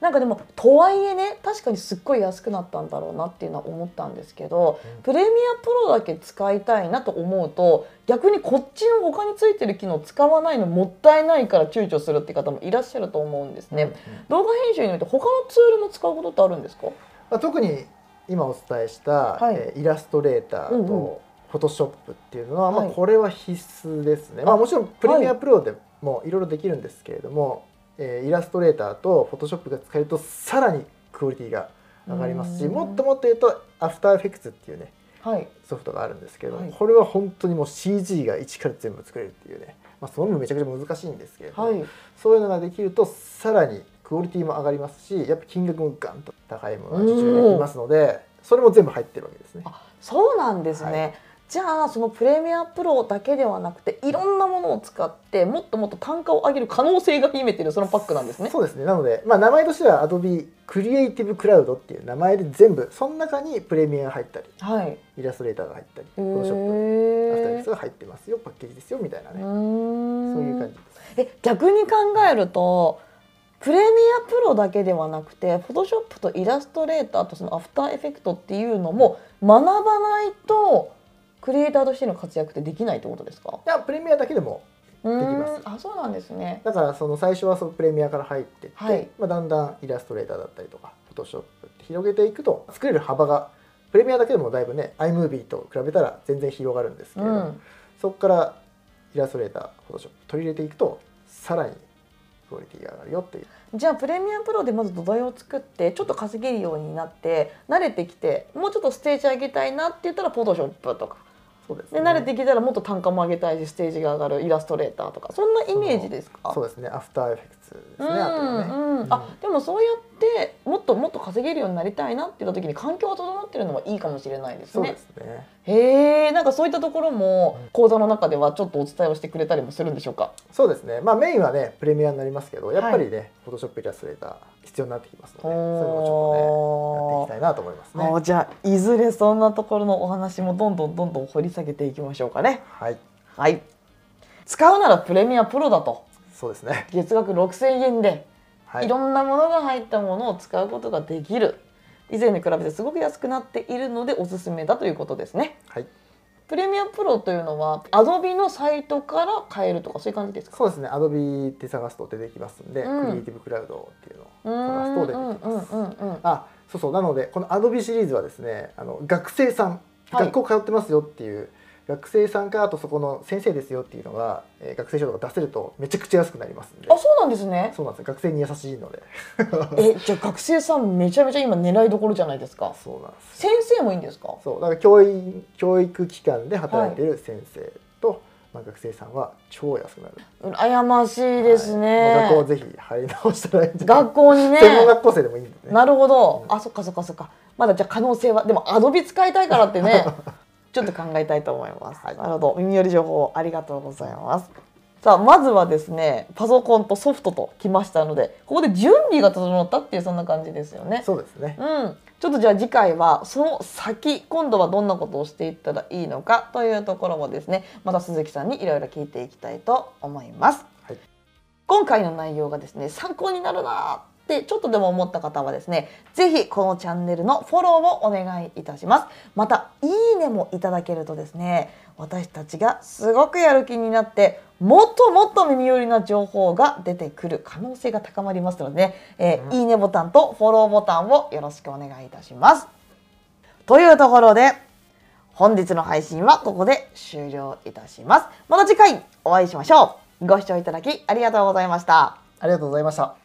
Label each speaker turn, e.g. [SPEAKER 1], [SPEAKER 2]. [SPEAKER 1] なんかでもとはいえね確かにすっごい安くなったんだろうなっていうのは思ったんですけど、プレミアプロだけ使いたいなと思うと逆にこっちの他についてる機能使わないのもったいないから躊躇するって方もいらっしゃると思うんですね、動画編集において他のツールも使うことってあるんですか
[SPEAKER 2] まあ、特に今お伝えした、
[SPEAKER 1] はい
[SPEAKER 2] えーイラストレーター
[SPEAKER 1] うんうん
[SPEAKER 2] とフォトショップっていうのは、
[SPEAKER 1] は
[SPEAKER 2] ま
[SPEAKER 1] い
[SPEAKER 2] あ、これは必須ですね、まあ、もちろんプレミアプロでもいろいろできるんですけれども、えーイラストレーターとフォトショップが使えるとさらにクオリティが上がりますし
[SPEAKER 1] うん
[SPEAKER 2] もっともっと言うとアフターエフェクツっていうね
[SPEAKER 1] はい
[SPEAKER 2] ソフトがあるんですけれども、
[SPEAKER 1] はい
[SPEAKER 2] これは本当にもう CG が一から全部作れるっていうね、まあ、その分めちゃくちゃ難しいんですけれども、
[SPEAKER 1] はい、
[SPEAKER 2] そういうのができるとさらにクオリティも上がりますしやっぱ金額もガンと高いものが受注できますのでそれも全部入ってるわけですね。
[SPEAKER 1] そうなんですね、
[SPEAKER 2] は
[SPEAKER 1] じゃあそのプレミアプロだけではなくていろんなものを使ってもっともっと単価を上げる可能性が秘めてるそのパックなんですね
[SPEAKER 2] そうですねなので、まあ、名前としては Adobe Creative Cloud っていう名前で全部その中にプレミアが入ったり
[SPEAKER 1] はい
[SPEAKER 2] イラストレーターが入ったり
[SPEAKER 1] へ
[SPEAKER 2] フォトショップアフターエフェク
[SPEAKER 1] ー
[SPEAKER 2] ツが入ってますよパッケージですよみたいな
[SPEAKER 1] う
[SPEAKER 2] ね
[SPEAKER 1] ーん
[SPEAKER 2] そういう感じです。
[SPEAKER 1] え逆に考えるとプレミアプロだけではなくてフォトショップとイラストレーターとそのアフターエフェクトっていうのも学ばないとクリエイターとしての活躍ってできないってことですか
[SPEAKER 2] いやプレミアだけでも
[SPEAKER 1] でき
[SPEAKER 2] ます
[SPEAKER 1] あそうなんですね
[SPEAKER 2] だからその最初はそのプレミアから入ってって、
[SPEAKER 1] はい
[SPEAKER 2] まあ、だんだんイラストレーターだったりとかフォトショップって広げていくと作れる幅がプレミアだけでもだいぶね iMovie と比べたら全然広がるんですけ
[SPEAKER 1] う
[SPEAKER 2] れども、
[SPEAKER 1] ん
[SPEAKER 2] そこからイラストレーターフォトショップ取り入れていくとさらにクオリティが上がるよっていう
[SPEAKER 1] じゃあプレミアプロでまず土台を作ってちょっと稼げるようになって慣れてきてもうちょっとステージ上げたいなって言ったらフォトショップとか
[SPEAKER 2] そうです
[SPEAKER 1] で慣れてきたらもっと単価も上げたいしステージが上がるイラストレーターとかそんなイメージですか
[SPEAKER 2] そうですねアフターエフェクツです
[SPEAKER 1] う
[SPEAKER 2] ね、あとはね、
[SPEAKER 1] んうん
[SPEAKER 2] うん
[SPEAKER 1] あでもそうやってもっともっと稼げるようになりたいなって言った時に環境が整ってるのはいいかもしれないです
[SPEAKER 2] そう
[SPEAKER 1] ね
[SPEAKER 2] で。すね
[SPEAKER 1] へえんかそういったところも講座の中ではちょっとお伝えをしてくれたりもするんでしょうか。
[SPEAKER 2] そうですねまあメインはねプレミアになりますけどやっぱりね、フォトショップイラストレーター必要になってきますのでそういうのをちょっとねやっていきたいなと思いますね
[SPEAKER 1] あーじゃあいずれそんなところのお話もどんどんどんどん掘り下げていきましょうかね。
[SPEAKER 2] はい
[SPEAKER 1] はい使うならプレミアプロだと
[SPEAKER 2] そうですね
[SPEAKER 1] 月額6000円で
[SPEAKER 2] はい
[SPEAKER 1] いろんなものが入ったものを使うことができる以前に比べてすごく安くなっているのでおすすめだということですね
[SPEAKER 2] はい、
[SPEAKER 1] プレミアプロというのは Adobe のサイトから買えるとかそういう感じですか
[SPEAKER 2] そうですね Adobe で探すと出てきますんで、
[SPEAKER 1] うん
[SPEAKER 2] クリエイティブクラウドっていうのを
[SPEAKER 1] うーん
[SPEAKER 2] 探すと出てきます、
[SPEAKER 1] うんうんうんうん
[SPEAKER 2] あそうそうなのでこの Adobe シリーズはですねあの学生さん、
[SPEAKER 1] はい
[SPEAKER 2] 学校通ってますよっていう学生さんかあとそこの先生ですよっていうのが、えー学生証とか出せるとめちゃくちゃ安くなりますんで
[SPEAKER 1] あそうなんですね
[SPEAKER 2] そうなんですよ学生に優しいので
[SPEAKER 1] えじゃあ学生さんめちゃめちゃ今狙いどころじゃないですか
[SPEAKER 2] そうなんです
[SPEAKER 1] 先
[SPEAKER 2] よ
[SPEAKER 1] 生もいいんですか
[SPEAKER 2] そうだから教員教育機関で働いてる先生と、まあ、学生さんは超安くなる
[SPEAKER 1] 羨ましいですね、
[SPEAKER 2] はいもう学校ぜひ入り直したらいいんじゃない
[SPEAKER 1] 学校にね
[SPEAKER 2] 専門学校生でもいいんですね
[SPEAKER 1] なるほど、あそっかそっかそっかまだじゃあ可能性はでもアドビ使いたいからってねちょっと考えたいと思います、
[SPEAKER 2] はい
[SPEAKER 1] なるほど耳寄り情報ありがとうございますさあまずはですねパソコンとソフトときましたのでここで準備が整ったっていうそんな感じですよね
[SPEAKER 2] そうですね
[SPEAKER 1] うんちょっとじゃあ次回はその先今度はどんなことをしていったらいいのかというところもですねまた鈴木さんにいろいろ聞いていきたいと思います。
[SPEAKER 2] はい
[SPEAKER 1] 今回の内容がですね参考になるなーってちょっとでも思った方はですねぜひこのチャンネルのフォローをお願いいたしますまたいいねもいただけるとですね私たちがすごくやる気になってもっともっと耳寄りな情報が出てくる可能性が高まりますので、ねえーいいねボタンとフォローボタンをよろしくお願いいたしますというところで本日の配信はここで終了いたしますまた次回お会いしましょうご視聴いただきありがとうございました
[SPEAKER 2] ありがとうございました